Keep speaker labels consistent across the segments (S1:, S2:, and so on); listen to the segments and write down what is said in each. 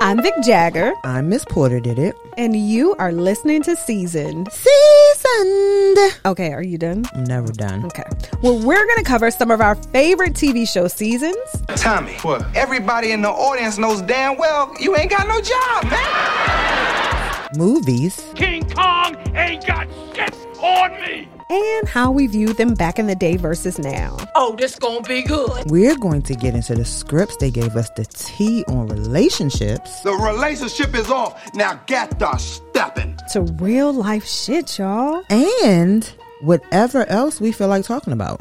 S1: I'm Vic Jagger,
S2: I'm Uh, Miss Porter. Did it
S1: and you are listening to Seasoned.
S2: seasoned?
S1: Okay, are you done?
S2: I'm never done.
S1: Okay. Well, we're going to cover some of our favorite TV show seasons.
S3: Tommy, what? Everybody in the audience knows damn well you ain't got no job, man.
S2: Movies.
S4: King Kong ain't got shit on me.
S1: And how we view them back in the day versus now.
S5: Oh, this gonna be good.
S2: We're going to get into the scripts they gave us the tea on relationships.
S3: The relationship is off. Now get the stepping.
S1: To real life shit, y'all.
S2: And whatever else we feel like talking about.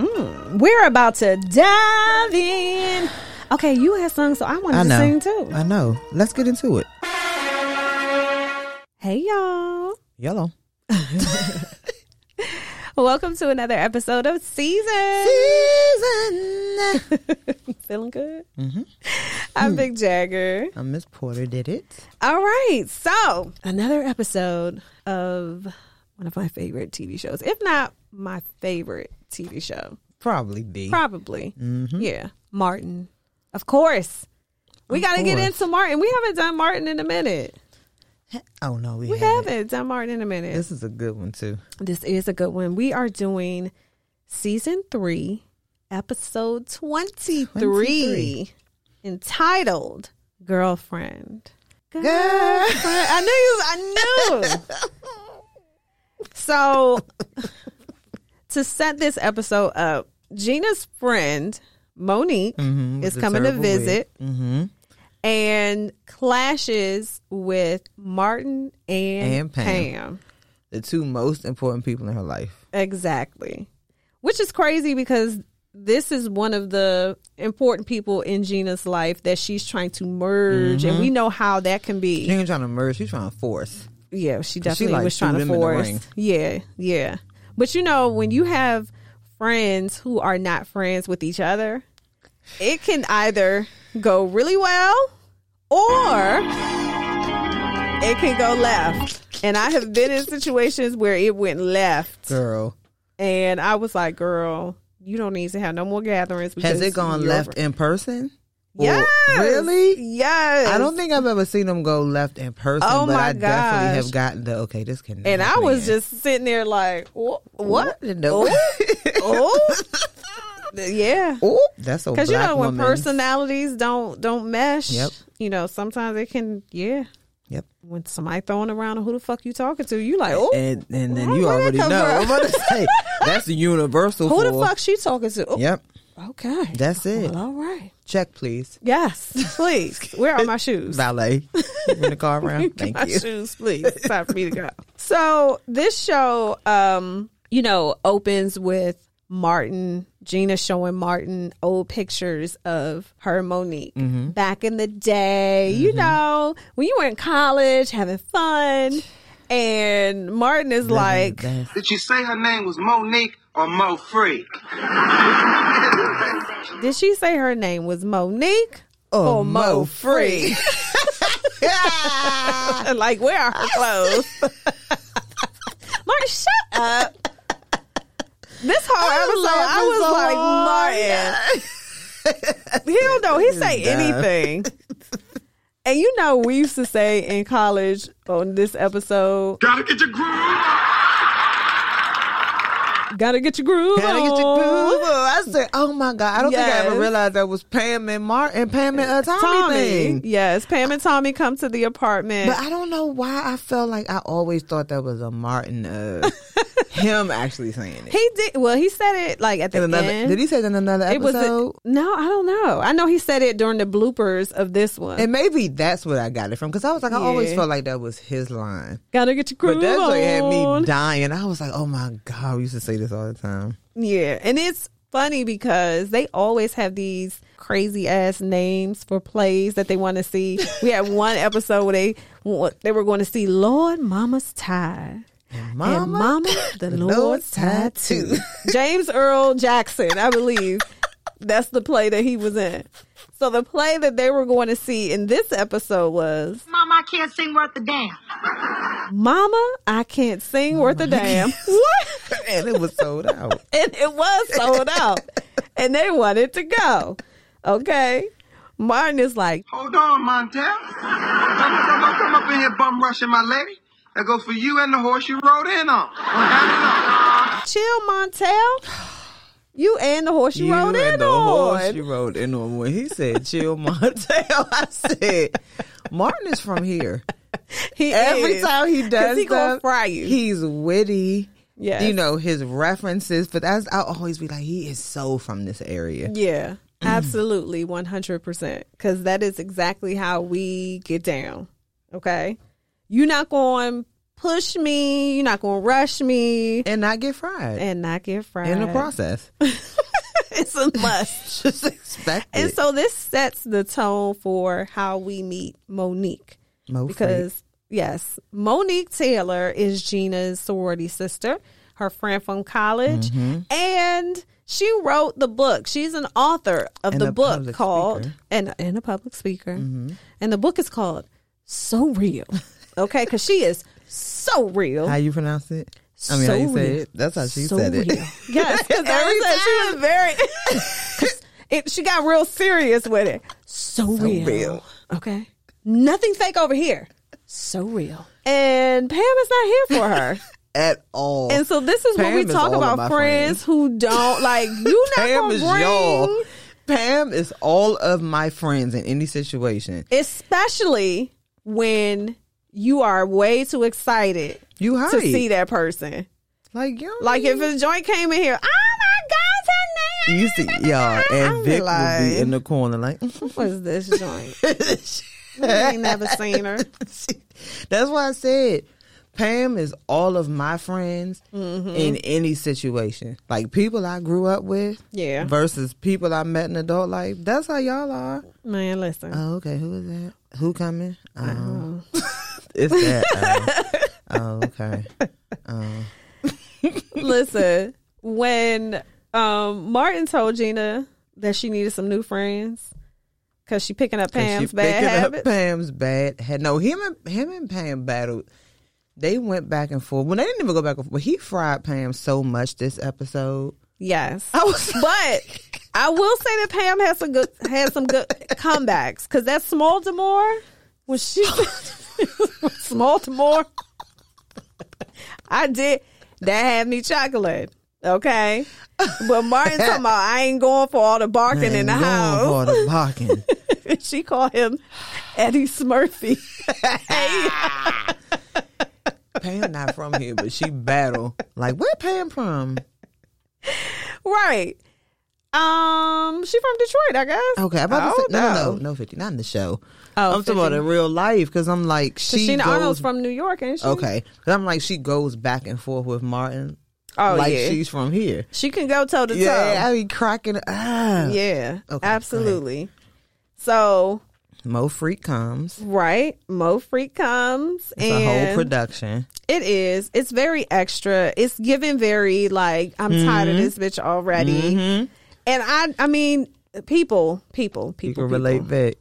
S1: We're about to dive in. Okay, you had sung, so I wanted
S2: I
S1: to
S2: know.
S1: sing too.
S2: I know. Let's get into it.
S1: Hey, y'all.
S2: Yellow.
S1: Welcome to another episode of Season.
S2: Season.
S1: Feeling good? Mm-hmm.
S2: Hmm.
S1: I'm Big Jagger.
S2: I'm Miss Porter. Did it?
S1: All right. So, another episode of one of my favorite TV shows, if not my favorite TV show,
S2: Probably be.
S1: probably. Yeah. Martin. Of course. We got to get
S2: course.
S1: into Martin. We haven't done Martin in a minute.
S2: oh no, we,
S1: We
S2: haven't.
S1: haven't done Martin in a minute.
S2: This is a good one too.
S1: This is a good one. We are doing season three, episode 23,
S2: 23.
S1: entitled Girlfriend.
S2: Girl.
S1: Girlfriend. I knew you, I knew. so, to set this episode up, Gina's friend, Monique, is
S2: Mm-hmm, the
S1: coming to
S2: terrible wig. Mm-hmm.
S1: visit and clashes with Martin and,
S2: And Pam.
S1: Pam.
S2: The two most important people in her life.
S1: Exactly. Which is crazy because this is one of the important people in Gina's life that she's trying to merge, and
S2: Mm-hmm.
S1: we know how that can
S2: She
S1: be.
S2: ain't trying to merge. She's trying to force.
S1: Yeah, she
S2: Cause she,
S1: definitely
S2: like,
S1: was trying
S2: threw
S1: to
S2: them in the
S1: force.
S2: ring.
S1: Yeah, yeah. But you know, when you have friends who are not friends with each other, it can either go really well or it can go left. And I have been in situations where it went left.
S2: Girl,
S1: And I was like, girl, you don't need to have no more gatherings.
S2: has
S1: because
S2: it gone
S1: you're-
S2: left in person? Or-
S1: Yes.
S2: Really?
S1: Yes.
S2: I don't think I've ever seen them go left in person.
S1: Oh,
S2: but
S1: my
S2: I definitely
S1: gosh.
S2: have gotten the okay. This can.
S1: And I was just sitting there like, wha- what?
S2: in the-
S1: Oh, yeah.
S2: Oh, that's a
S1: Because
S2: because
S1: you know when
S2: woman.
S1: personalities don't don't mesh,
S2: Yep.
S1: you know sometimes it can yeah.
S2: Yep.
S1: When somebody throwing around who the fuck you talking to, you like oh
S2: And and then
S1: Where-
S2: you
S1: where that
S2: already know.
S1: come
S2: I'm
S1: from?
S2: about to say that's a universal.
S1: who the
S2: for-
S1: fuck she talking to? Oh,
S2: Yep.
S1: Okay,
S2: That's it.
S1: Well, all right.
S2: Check please.
S1: Yes, please. Where are my shoes?
S2: Valet in the car around. Thank
S1: my
S2: you.
S1: shoes, please. It's time for me to go. So this show, um, you know, opens with Martin, Gina showing Martin old pictures of her and Monique back in the day. You know, when you were in college having fun. And Martin is like,
S2: That's-
S3: Did she say her name was Monique or Mo Free?
S1: did she say her name was Monique
S2: Oh,
S1: or Mo Free? like, where are her clothes? Martin, shut up. This whole episode,
S2: laughing
S1: I was
S2: so
S1: like, Martin. he don't know. He say
S2: dumb.
S1: anything. And you know, we used to say in college on this episode,
S4: Gotta get your groove.
S1: gotta get your groove
S2: Gotta get your
S1: on.
S2: groove on. I said, oh my God. I don't think I
S1: Yes.
S2: ever realized that was Pam and Martin and Pam and uh, Tommy,
S1: Tommy.
S2: thing.
S1: Yes, Pam and Tommy come to the apartment.
S2: But I don't know why I felt like I always thought that was a Martin, uh, him actually saying it.
S1: He did well. He said it like at the
S2: In another,
S1: end.
S2: did he say that in another
S1: It was a-
S2: episode?
S1: no, I don't know. I know he said it during the bloopers of this one.
S2: and maybe that's what I got it from because I was like, I always
S1: Yeah.
S2: felt like that was his line.
S1: Gotta get your groove
S2: But that's what had
S1: on.
S2: me dying. I was like, oh my God, we used to say this all the time.
S1: yeah, and it's funny because they always have these crazy ass names for plays that they want to see. we had one episode where they wa- they were going to see Lord Mama's tie.
S2: Mama,
S1: and Mama, the, Lord's,
S2: Lord's
S1: tattoo.
S2: Tattoo.
S1: James Earl Jackson, I believe. That's the play that he was in. So the play that they were going to see in this episode was
S6: Mom, I can't sing worth a damn.
S1: Mama, I can't sing worth a damn. what?
S2: and it was sold out.
S1: And it was sold out. and they wanted to go. Okay. Martin is like,
S3: Hold on, Montel. Don't, don't, don't come up in here bum rushing my lady. That go for you and the horse you rode in on.
S1: chill, Montel. You and the horse you, rode in
S2: and the
S1: on.
S2: horse you rode in on. When he said chill Montel, I said Martin is from here.
S1: he
S2: Every
S1: is.
S2: time he
S1: 'Cause
S2: does
S1: he gonna
S2: stuff,
S1: fry you.
S2: He's witty.
S1: Yes.
S2: You know, his references, but that's I'll always be like, he is so from this area.
S1: yeah, absolutely, one hundred percent. Because that is exactly how we get down. Okay, you're not going to push me. You're not going to rush me,
S2: And not get fried.
S1: and not get fried
S2: in the process.
S1: it's a must.
S2: Just expect
S1: And
S2: it.
S1: so this sets the tone for how we meet Monique.
S2: Mo
S1: because
S2: Freak.
S1: yes, Monique Taylor is Gina's sorority sister, her friend from college,
S2: Mm-hmm.
S1: and she wrote the book. She's an author of
S2: And
S1: the
S2: a
S1: book
S2: public
S1: called
S2: speaker. Mm-hmm.
S1: and and a public speaker, and the book is called "So Real." Okay, because she is so real.
S2: how you pronounce it? I mean, how you say it? That's how she
S1: So
S2: said it.
S1: real. Yes, because every time she was very, 'cause it, she got real serious with it. So, real.
S2: real.
S1: okay? Nothing fake over here. So real. And Pam is not here for her,
S2: At all.
S1: and so this is
S2: Pam
S1: when
S2: is
S1: we talk
S2: all of
S1: about
S2: my
S1: friends, who don't like you. Not
S2: Pam
S1: gonna
S2: is
S1: bring,
S2: y'all. Pam is all of my friends in any situation.
S1: especially when you are way too excited
S2: You hurry.
S1: to see that person.
S2: Like, y'all.
S1: Like if a joint came in here, oh my God,
S2: You see, y'all, and Vic will be in the corner like,
S1: What is this joint? We ain't never seen her.
S2: that's why I said Pam is all of my friends
S1: Mm-hmm.
S2: in any situation. Like people I grew up with
S1: Yeah.
S2: versus people I met in adult life. That's how y'all are.
S1: Man, listen.
S2: Oh, okay. Who is that? Who coming? Um, it's that. Um, oh, okay.
S1: listen. When um Martin told Gina that she needed some new friends because she picking up
S2: And
S1: Pam's
S2: she
S1: bad
S2: picking up
S1: habits.
S2: Pam's bad. ha- No, him and him and Pam battled. They went back and forth. Well, they didn't even go back and forth. He fried Pam so much this episode.
S1: yes.
S2: I was
S1: But I will say that Pam has some good had some good comebacks because that Smoldemore when she Smoldemore, I did that had me chocolate. Okay, but Martin talking about I ain't going for all the barking in the
S2: Man,
S1: house.
S2: going for the barking.
S1: she called him Eddie Smurfy.
S2: Pam not from here, but she battle. Like where Pam from?
S1: right. Um, she from Detroit, I guess.
S2: Okay, I'm about to say
S1: don't
S2: no, no,
S1: know.
S2: no, no, fifty, not in the show.
S1: Oh,
S2: I'm talking about
S1: 50.
S2: in real life because I'm like she
S1: Sheena
S2: goes,
S1: Arnold's from New York, ain't she?
S2: Okay, 'Cause I'm like she goes back and forth with Martin.
S1: Oh
S2: like
S1: yeah,
S2: she's from here.
S1: she can go toe to toe.
S2: Yeah, I be cracking. Ah,
S1: Yeah,
S2: go ahead.
S1: absolutely. So,
S2: Mo Freak comes.
S1: right, Mo Freak comes
S2: It's
S1: and
S2: a whole production.
S1: it is. It's very extra. It's given very like I'm tired
S2: Mm-hmm.
S1: of this bitch already. And I, I mean, people, people, people,
S2: You
S1: people
S2: can relate back.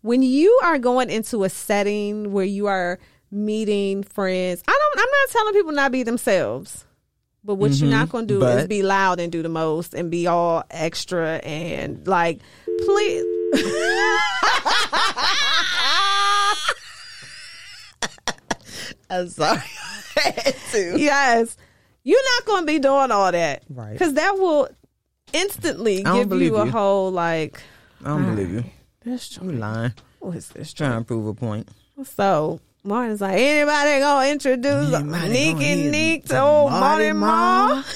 S1: When you are going into a setting where you are meeting friends, I don't. I'm not telling people not be themselves. But what you're not going to do is
S2: Mm-hmm. but-
S1: be loud and do the most and be all extra and like, please.
S2: I'm sorry.
S1: yes. You're not going to be doing all that.
S2: Right.
S1: Because that will instantly
S2: don't
S1: give
S2: believe
S1: you a
S2: you.
S1: whole, like,
S2: I don't believe you.
S1: this
S2: You
S1: joint.
S2: lying.
S1: What is this
S2: Trying to prove a point.
S1: joint? So Martin's like, anybody going to introduce
S2: Anybody
S1: Nick
S2: gonna
S1: and
S2: hit
S1: Nick to
S2: the
S1: old Marty Oh,
S2: Marty
S1: Ma?
S2: Ma?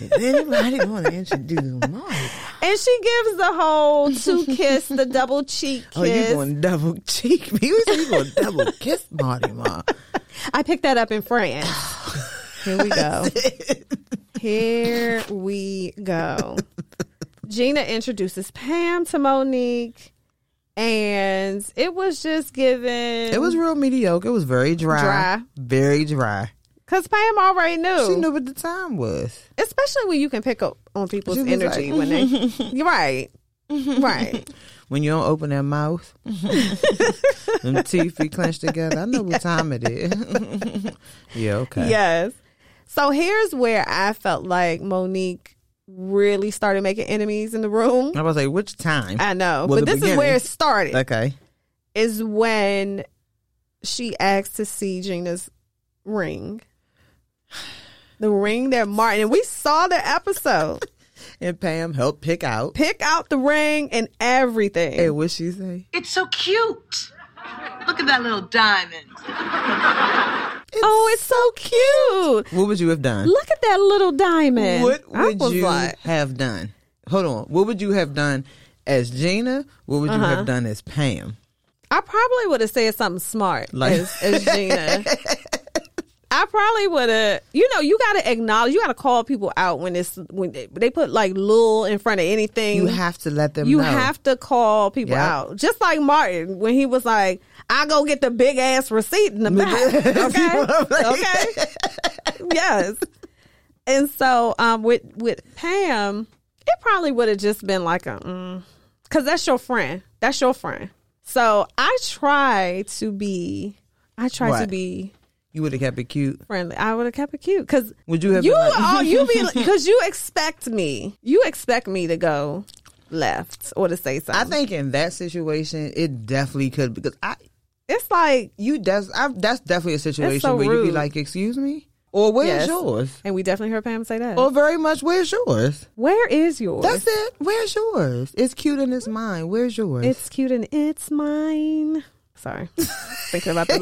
S2: Is anybody going to introduce Marty?
S1: And she gives the whole two kiss, the double cheek kiss.
S2: Oh, you going to double cheek me? You said you going to double kiss Marty Ma?
S1: I picked that up in France. Here we go. Here we go. Gina introduces Pam to Monique, and it was just given.
S2: It was real mediocre. It was very dry.
S1: Dry. Oh.
S2: Very dry.
S1: because Pam already knew,
S2: She knew what the time was.
S1: especially when you can pick up on people's
S2: She was
S1: energy
S2: like,
S1: when they. You're right, right.
S2: When you don't open that mouth, them teeth be clenched together. I know what time it is. yeah, okay.
S1: Yes. So here's where I felt like Monique really started making enemies in the room.
S2: I was like, which time?
S1: I know,
S2: Well,
S1: but
S2: the
S1: this is where
S2: beginning.
S1: it started.
S2: okay.
S1: is when she asked to see Gina's ring. The ring that Martin and we saw the episode.
S2: And Pam helped pick out.
S1: Pick out the ring and everything.
S2: And what she say?
S5: It's so cute. Look at that little diamond.
S1: oh, it's so cute.
S2: What would you have done?
S1: Look at that little diamond.
S2: What
S1: I
S2: would
S1: was
S2: you
S1: like,
S2: have done? Hold on. What would you have done as Gina? What would you
S1: Uh-huh.
S2: have done as Pam?
S1: I probably would have said something smart
S2: Like-
S1: as, as Gina. I probably would have, you know, you got to acknowledge, you got to call people out when it's, when they, they put like Lil in front of anything.
S2: You have to let them
S1: you
S2: know.
S1: have to call people
S2: Yeah.
S1: out. Just like Martin when he was like, I go get the big ass receipt in the back. Okay. okay. yes. And so um with with Pam, it probably would have just been like a mm, cuz that's your friend. That's your friend. So I try to be I try to
S2: What?
S1: be
S2: You would have kept it cute.
S1: friendly. I would have kept it cute cuz
S2: Would you have
S1: you
S2: been like-
S1: oh, you be cuz you expect me. You expect me to go left or to say something.
S2: I think in that situation, it definitely could because I
S1: it's like
S2: you des- I've, that's definitely a situation
S1: so
S2: where you be
S1: rude.
S2: like, "Excuse me," or "Where's
S1: Yes.
S2: yours?"
S1: and we definitely heard Pam say that.
S2: Or very much, "Where's yours?"
S1: Where is yours?
S2: That's it. Where's yours? It's cute and it's mine. Where's yours?
S1: It's cute and it's mine. Sorry. Thinking about the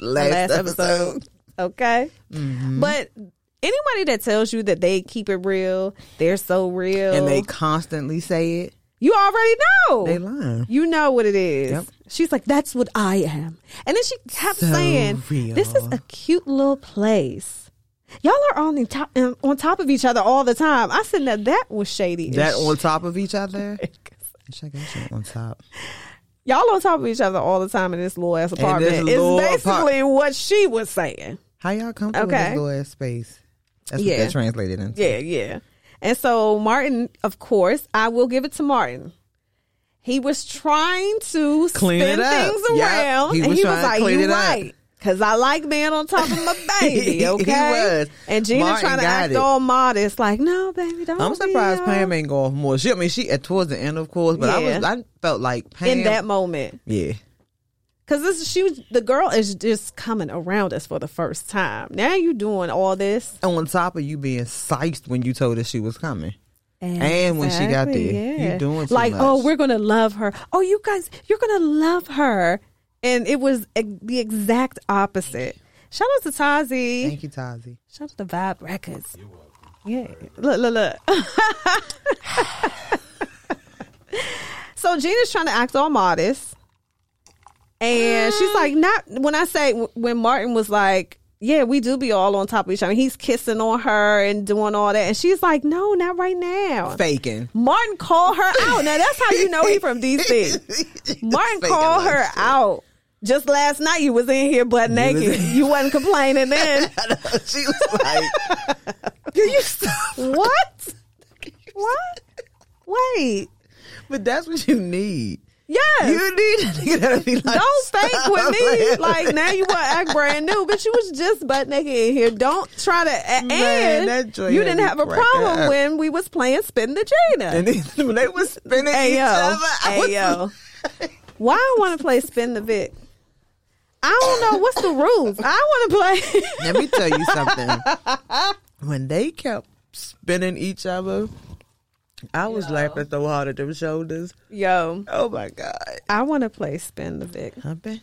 S2: last,
S1: last episode. Okay.
S2: Mm-hmm.
S1: But anybody that tells you that they keep it real, they're so real.
S2: and they constantly say it.
S1: you already know.
S2: They lying.
S1: You know what it is.
S2: Yep.
S1: She's like, that's what I am. And then she kept
S2: So
S1: saying, this is
S2: real.
S1: a cute little place. Y'all are on the top um, on top of each other all the time. I said that that was shady. as
S2: That
S1: shit.
S2: on top of each other. Check that shit on top.
S1: y'all on top of each other all the time in this little ass apartment. It's
S2: little
S1: basically what she was saying.
S2: How y'all comfortable in
S1: Okay.
S2: this little ass space? That's
S1: Yeah.
S2: what that translated into.
S1: Yeah, yeah. And so Martin, of course, I will give it to Martin. He was trying to
S2: Clean
S1: spin
S2: it up.
S1: things
S2: Yep.
S1: around,
S2: He
S1: and
S2: was
S1: he was
S2: trying to
S1: like,
S2: clean
S1: "You
S2: it up."
S1: right." Cause I like being on top of my
S2: He
S1: baby, okay?
S2: was.
S1: And Gina
S2: Martin
S1: trying to
S2: got
S1: act
S2: it.
S1: all modest, like, no, baby, don't.
S2: I'm
S1: be
S2: surprised
S1: all-"
S2: Pam ain't going more. She, I mean, she at towards the end, of course, but I was,
S1: Yeah.
S2: I felt like Pam.
S1: in that moment,
S2: yeah,
S1: cause this she was the girl is just coming around us for the first time. Now you doing all this,
S2: on top of you being psyched when you told her she was coming.
S1: And,
S2: when she got there, you doing too
S1: like,
S2: much.
S1: oh, we're gonna love her. Oh, you guys, you're gonna love her, and it was e- the exact opposite. Shout out to Tazi.
S2: Thank you, Tazi.
S1: Shout out to Vibe Records. Yeah, look, look, look. so Gina's trying to act all modest, and she's like, not when I say when Martin was like. Yeah, we do be all on top of each other. He's kissing on her and doing all that. And she's like, no, not right now.
S2: Faking.
S1: Martin called her out. Now that's how you know he from DC. Martin
S2: Faking
S1: called
S2: like
S1: her
S2: shit.
S1: out. Just last night you was in here butt naked. you wasn't complaining then.
S2: she was like,
S1: Do you stop? What? What? Wait.
S2: but that's what you need.
S1: Yes.
S2: You need a nigga that'll be like,
S1: don't think
S2: "Stop."
S1: with me. Like now you want to act brand new, but you was just butt naked in here. Don't try to. a-
S2: Man, that
S1: and
S2: joint
S1: you
S2: had
S1: didn't
S2: me
S1: have a
S2: cracking
S1: problem
S2: up.
S1: when we was playing spin the Jada.
S2: And then when they was spinning each
S1: Ayo,
S2: other, I was
S1: ayo. Why I want to play spin the Vic? I don't know what's the rules. I want to play.
S2: Let me tell you something. when they kept spinning each other, I was laughing so hard at them shoulders.
S1: Yo,
S2: Oh my god!
S1: I want to play spin the Vic.
S2: I bet.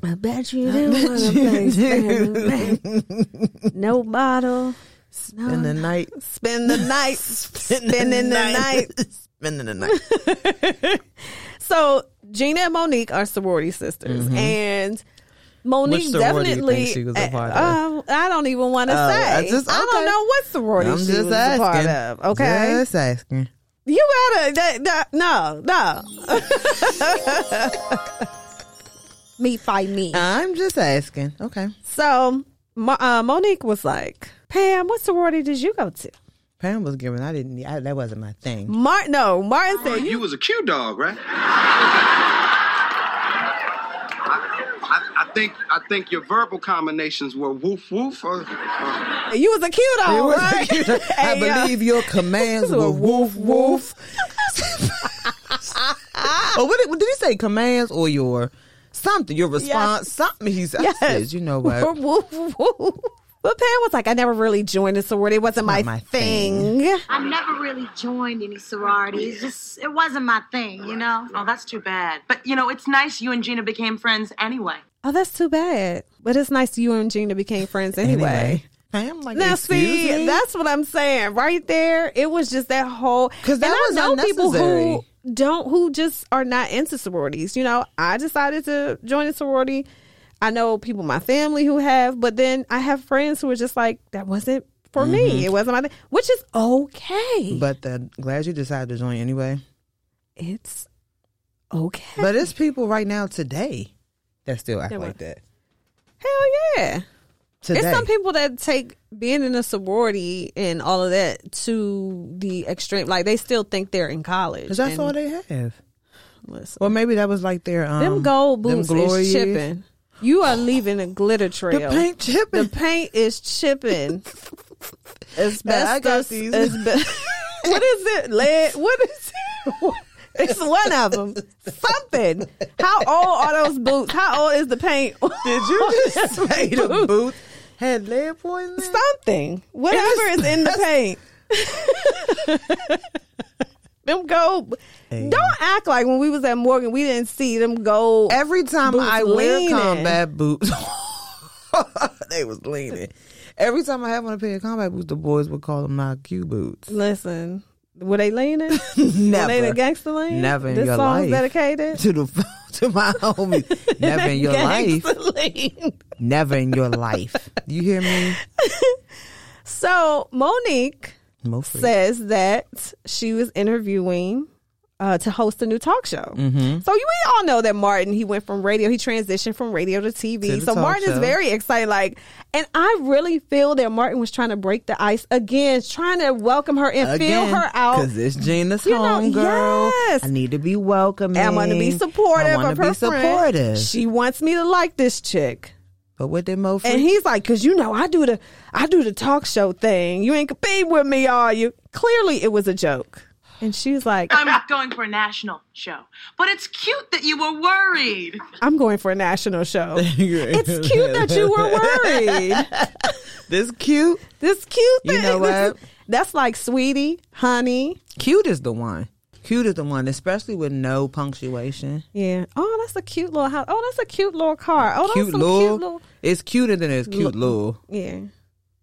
S1: I bet you didn't want to play spin the Vic. No bottle.
S2: In the night,
S1: Spend the night. Spending the night.
S2: spending the night.
S1: So Gina and Monique are sorority sisters, and Monique
S2: Mm-hmm. Which sorority do you
S1: definitely.
S2: think she was a part of?
S1: Uh, I don't even want to
S2: Oh,
S1: say.
S2: I
S1: I,
S2: just- okay.
S1: don't know what sorority
S2: I'm
S1: she
S2: just
S1: was
S2: asking.
S1: a part of. Okay,
S2: just asking.
S1: you gotta. That, that, no, no. me fight me.
S2: I'm just asking. Okay.
S1: So Mo- uh, Monique was like, "Pam, what sorority did you go to?"
S2: Pam was giving. I didn't. I, that wasn't my thing.
S1: Martin, no, Martin said,
S3: You was a Q dog, right? I, I, I think I think your verbal combinations were woof woof. Or, or-
S1: You was a cute
S2: It
S1: old,
S2: was-
S1: right?
S2: I
S1: Hey, uh,
S2: believe your commands
S1: were
S2: were woof woof. oh, what did, what did he say? Commands or your something? Your response? Something? He's I said, you know
S1: Woof,
S2: what?
S1: woof, woof. But Pam was like, I never really joined a sorority. It wasn't my,
S2: my
S1: thing.
S2: thing.
S6: I never really joined any sorority. It just it wasn't my thing, you know.
S5: Oh, that's too bad. But you know, it's nice you and Gina became friends anyway.
S1: Oh, that's too bad. But it's nice you and Gina became friends anyway.
S2: Pam, like,
S1: Now,
S2: excuse
S1: see,
S2: me?
S1: that's what I'm saying. Right there, it was just that whole.
S2: 'Cause that
S1: and
S2: was
S1: I know people who
S2: unnecessary.
S1: don't, who just are not into sororities. You know, I decided to join a sorority. I know people in my family who have, but then I have friends who are just like, that wasn't for me. It wasn't my thing, which is okay.
S2: Mm-hmm. But the, glad you decided to join anyway.
S1: it's okay.
S2: But it's people right now today that still act
S1: That
S2: like
S1: what?
S2: that.
S1: Hell yeah.
S2: Today.
S1: It's some people that take being in a sorority and all of that to the extreme. Like they still think they're in college.
S2: Because that's
S1: and-
S2: all they have.
S1: Listen,
S2: Or maybe that was like their um,
S1: them gold
S2: them
S1: boots
S2: glory
S1: is
S2: years.
S1: chipping. You are leaving a glitter
S2: The
S1: trail.
S2: paint
S1: The
S2: chipping.
S1: paint is chipping.
S2: I got
S1: Asbestos.
S2: these.
S1: asbe- what is it? Lead? What is it? It's one of them. Something. How old are those boots? How old is the paint?
S2: Did you just say the boots had lead poisoning?
S1: something. Whatever is in the paint. them gold.
S2: Hey.
S1: Don't act like when we was at Morgan, we didn't see them gold.
S2: Every time
S1: Boots
S2: I wear
S1: leaning.
S2: combat boots, they was leaning. Every time I have on a pair of combat boots, the boys would call them my Q boots.
S1: Listen, were they leaning? Were they the
S2: Never,
S1: gangster lean?
S2: Never in
S1: this
S2: your
S1: song's
S2: life.
S1: dedicated.
S2: to the to my homies. Never in your life.
S1: Gangsta lean.
S2: Never in your life. You hear me?
S1: So Monique
S2: Mo Freak.
S1: says that she was interviewing uh, to host a new talk show.
S2: Mm-hmm.
S1: So you we all know that Martin he went from radio he transitioned from radio to TV.
S2: To the
S1: so
S2: talk
S1: Martin is
S2: show.
S1: very excited. Like, and I really feel that Martin was trying to break the ice again, trying to welcome her and feel
S2: Again,
S1: her out.
S2: Cause it's Gina's
S1: You know,
S2: home girl.
S1: yes.
S2: I need to be welcoming.
S1: I want to be supportive
S2: I wanna
S1: of her
S2: be supportive.
S1: friend. She wants me to like this chick.
S2: but what did Mo Freak?
S1: And he's like, "Cause you know, I do the I do the talk show thing. You ain't competing with me, are you?" Clearly, it was a joke. And she's like,
S5: I'm going for a national show. But it's cute that you were worried.
S1: "I'm going for a national show. It's cute that you were worried.
S2: This cute.
S1: This cute
S2: You
S1: thing.
S2: know
S1: This is-
S2: what?
S1: that's like, sweetie, honey.
S2: Cute is the one. Cute is the one, especially with no punctuation.
S1: Yeah. Oh, that's a cute little house. Oh, that's a cute little car. Oh, that's
S2: Cute
S1: some
S2: lul.
S1: cute little.
S2: It's cuter than it's cute lul.
S1: Yeah."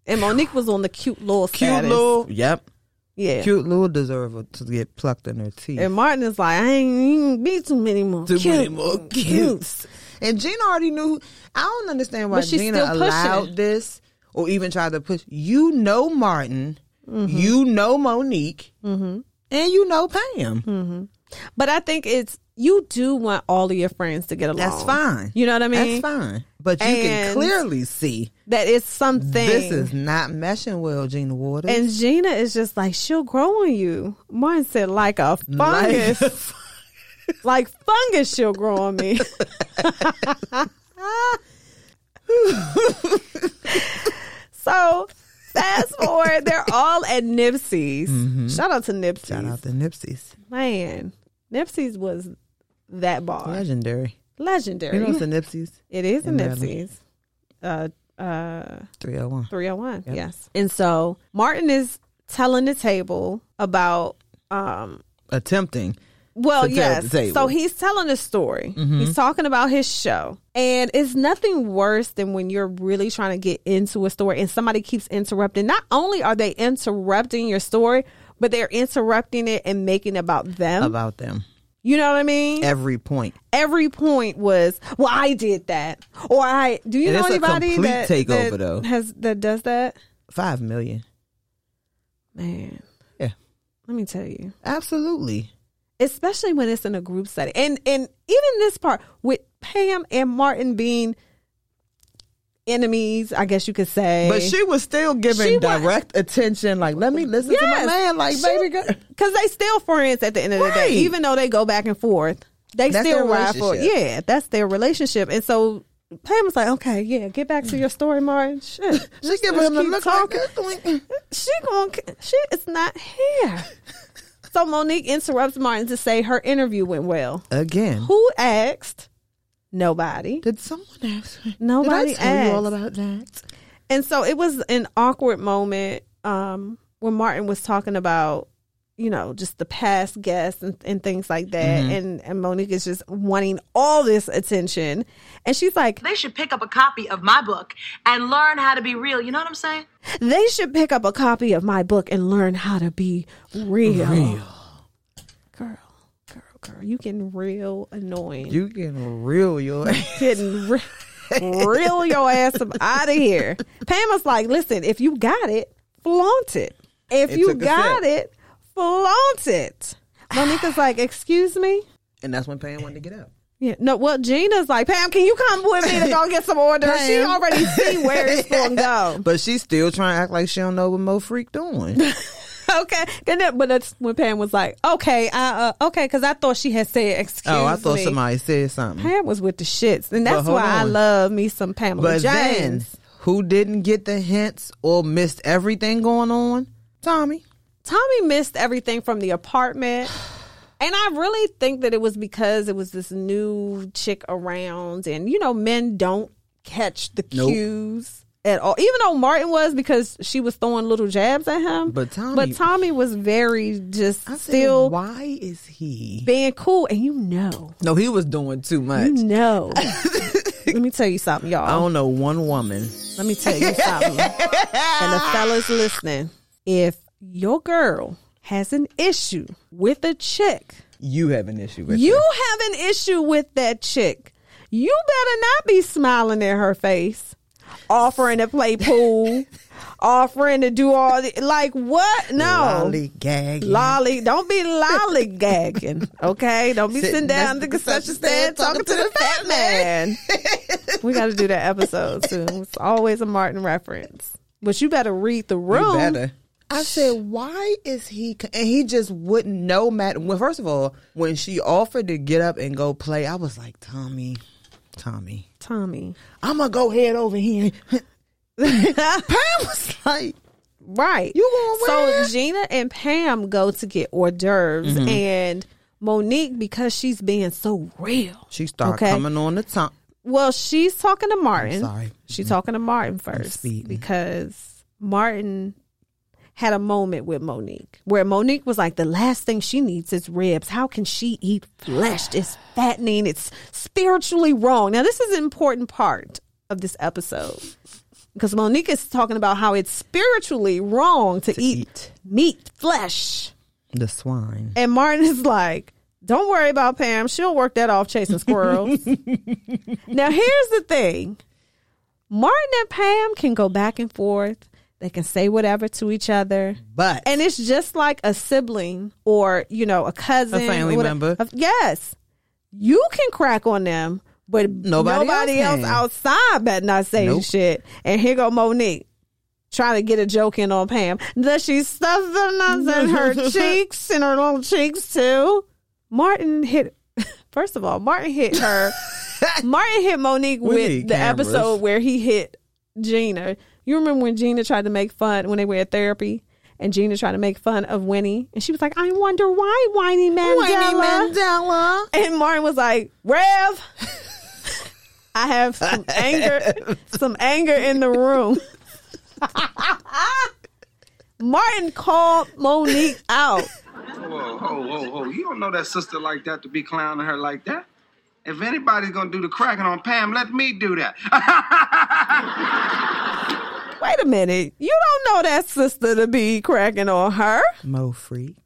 S1: And Monique was on the cute little
S2: Cute
S1: status.
S2: lul. Yep.
S1: yeah.
S2: Cute lul deserve a- to get plucked in her teeth.
S1: And Martin is like, I ain't even be too many more
S2: Too
S1: cute.
S2: many more cutes. And Gina already knew. I don't understand why
S1: But she's
S2: Gina
S1: still pushing
S2: allowed
S1: it.
S2: this or even tried to push. You know Martin.
S1: Mm-hmm.
S2: You know Monique. And you know Pam.
S1: But I think it's you do want all of your friends to get along.
S2: That's fine.
S1: You know what I mean?
S2: That's fine. But you
S1: And-
S2: can clearly see
S1: That is something.
S2: this is not meshing well, Gina Waters.
S1: and Gina is just like she'll grow on you. Martin said like a fungus, like, fungus she'll grow on me. so fast forward, they're all at Nipsey's. Shout out to Nipsey's,
S2: Mm-hmm. Shout out to Nipsey's.
S1: man. Nipsey's was that bar
S2: Legendary.
S1: legendary.
S2: You know it's the Nipsey's?
S1: It is a
S2: In Maryland.
S1: Nipsey's. Uh, uh,
S2: 301.
S1: 301. Yes. And so Martin is telling the table about, um,
S2: Attempting.
S1: well,
S2: To tell
S1: yes.
S2: the table. Mm-hmm.
S1: So he's telling a story. He's talking about his show. And it's nothing worse than when you're really trying to get into a story and somebody keeps interrupting. Not only are they interrupting your story, but they're interrupting it and making it about them.
S2: about them.
S1: you know what I mean?
S2: Every point.
S1: every point was, "Well, I did that," or "I." Do you
S2: And
S1: know
S2: it's a
S1: anybody
S2: complete
S1: that,
S2: takeover,
S1: that
S2: though.
S1: has that does that?
S2: Five million.
S1: Man,
S2: Yeah.
S1: let me tell you,
S2: Absolutely.
S1: especially when it's in a group setting, and and even this part with Pam and Martin being enemies, I guess you could say,
S2: But she was still giving
S1: She wa-
S2: direct attention. Like, let me listen to my
S1: Yes.
S2: man. Like,
S1: She-
S2: baby girl.
S1: because they still friends at the end of the
S2: Right.
S1: day, even though they go back and forth. They
S2: That's
S1: still
S2: their
S1: ride for
S2: relationship.
S1: yeah, that's their relationship, and so Pam was like, okay, yeah, get back to your story, Martin. Shit.
S2: She giving him the
S1: keep
S2: look
S1: talking.
S2: like that.
S1: she going she is not here. so Monique interrupts Martin to say her interview went well.
S2: Again.
S1: Who asked? Nobody.
S2: Did someone ask? her?
S1: Nobody
S2: Did I tell you all
S1: asked.
S2: about that?
S1: And so it was an awkward moment um, when Martin was talking about, you know, just the past guests and, and things like that. And, and Monique is just wanting all this attention. And she's like,
S5: They should pick up a copy of my book and learn how to be real. You know what I'm saying?
S1: they should pick up a copy of my book and learn how to be real. Girl, girl, girl, you getting real annoying.
S2: You getting real, your ass.
S1: getting re- reel your ass up out of here. Pam was like, listen, if you got it, flaunt it. If
S2: It
S1: you
S2: took a
S1: got
S2: sip.
S1: it, flaunt it. Monica's like, excuse me?
S2: And that's when Pam wanted to get up.
S1: Yeah. No, well, Gina's like, Pam, can you come with me to go get some orders? She
S2: Pam.
S1: already see where it's going to go.
S2: But she's still trying to act like she don't know what Mo Freak doing.
S1: Okay. And then, but that's when Pam was like, okay, uh, uh, okay, because I thought she had said, excuse me.
S2: oh, I thought somebody said something.
S1: Pam was with the shits. And that's
S2: hold
S1: why I
S2: on.
S1: love me some Pamela
S2: But
S1: James.
S2: then, who didn't get the hints or missed everything going on? Tommy.
S1: Tommy missed everything from the apartment. And I really think that it was because it was this new chick around, and you know, men don't catch the
S2: Nope.
S1: cues at all. Even though Martin was, because she was throwing little jabs at him,
S2: But Tommy-
S1: but Tommy was very just
S2: I said,
S1: still
S2: why is he?
S1: being cool, and you know,
S2: No, he was doing too much.
S1: you know. Let me tell you something, y'all.
S2: I don't know one woman.
S1: Let me tell you something. and the fellas listening, if your girl has an issue with a chick,
S2: You have an issue with
S1: you
S2: her.
S1: have an issue with that chick. You better not be smiling in her face, offering to play pool, offering to do all the, like what? No.
S2: Lollygagging.
S1: Lolly, don't be lollygagging, okay? Don't be
S2: Sitting
S1: sitting down
S2: next
S1: at
S2: to
S1: the concession stand talking to the fat man. we got to do that episode soon. It's always a Martin reference, but you better read the
S2: You
S1: room.
S2: better. I said, why is he? c- And he just wouldn't know, Matt. Well, first of all, when she offered to get up and go play, I was like, Tommy, Tommy,
S1: Tommy,
S2: I'm gonna go head over here. Pam was like,
S1: right?
S2: You gonna wear
S1: So Gina and Pam go to get hors d'oeuvres, and Monique because she's being so real.
S2: she started
S1: Okay.
S2: coming on the top.
S1: Well, she's talking to Martin.
S2: sorry. Mm-hmm.
S1: She's talking to Martin 1st
S2: speeding.
S1: because Martin had a moment with Monique where Monique was like, The last thing she needs is ribs. How can she eat flesh? It's fattening, it's spiritually wrong. Now, this is an important part of this episode because Monique is talking about how it's spiritually wrong to, eat,
S2: eat.
S1: meat, flesh.
S2: The swine.
S1: And Martin is like, don't worry about Pam. She'll work that off chasing squirrels. now, here's the thing Martin and Pam can go back and forth, they can say whatever to each other.
S2: But
S1: And it's just like a sibling or, you know, a cousin.
S2: A family
S1: or whatever.
S2: member.
S1: Of- Yes. You can crack on them, but nobody,
S2: Nobody
S1: else,
S2: else can.
S1: outside better not say
S2: Nope.
S1: shit. And here go Monique trying to get a joke in on Pam. Does she stuff the nuts in her cheeks and her little cheeks too? Martin hit. First of all, Martin hit her. Martin hit Monique
S2: We
S1: with
S2: need
S1: the
S2: cameras.
S1: episode where he hit Gina. You remember when Gina tried to make fun when they were at therapy, and Gina tried to make fun of Winnie, and she was like, "I wonder why Whiny Mandela."
S2: Mandela.
S1: And Martin was like, Rev, I have some anger, some anger in the room. Martin called Monique out.
S3: Whoa, whoa, whoa, whoa. You don't know that sister like that to be clowning her like that. If anybody's gonna do the cracking on Pam, let me do that.
S1: Wait a minute. You don't know that sister to be cracking on her.
S2: Mo freak.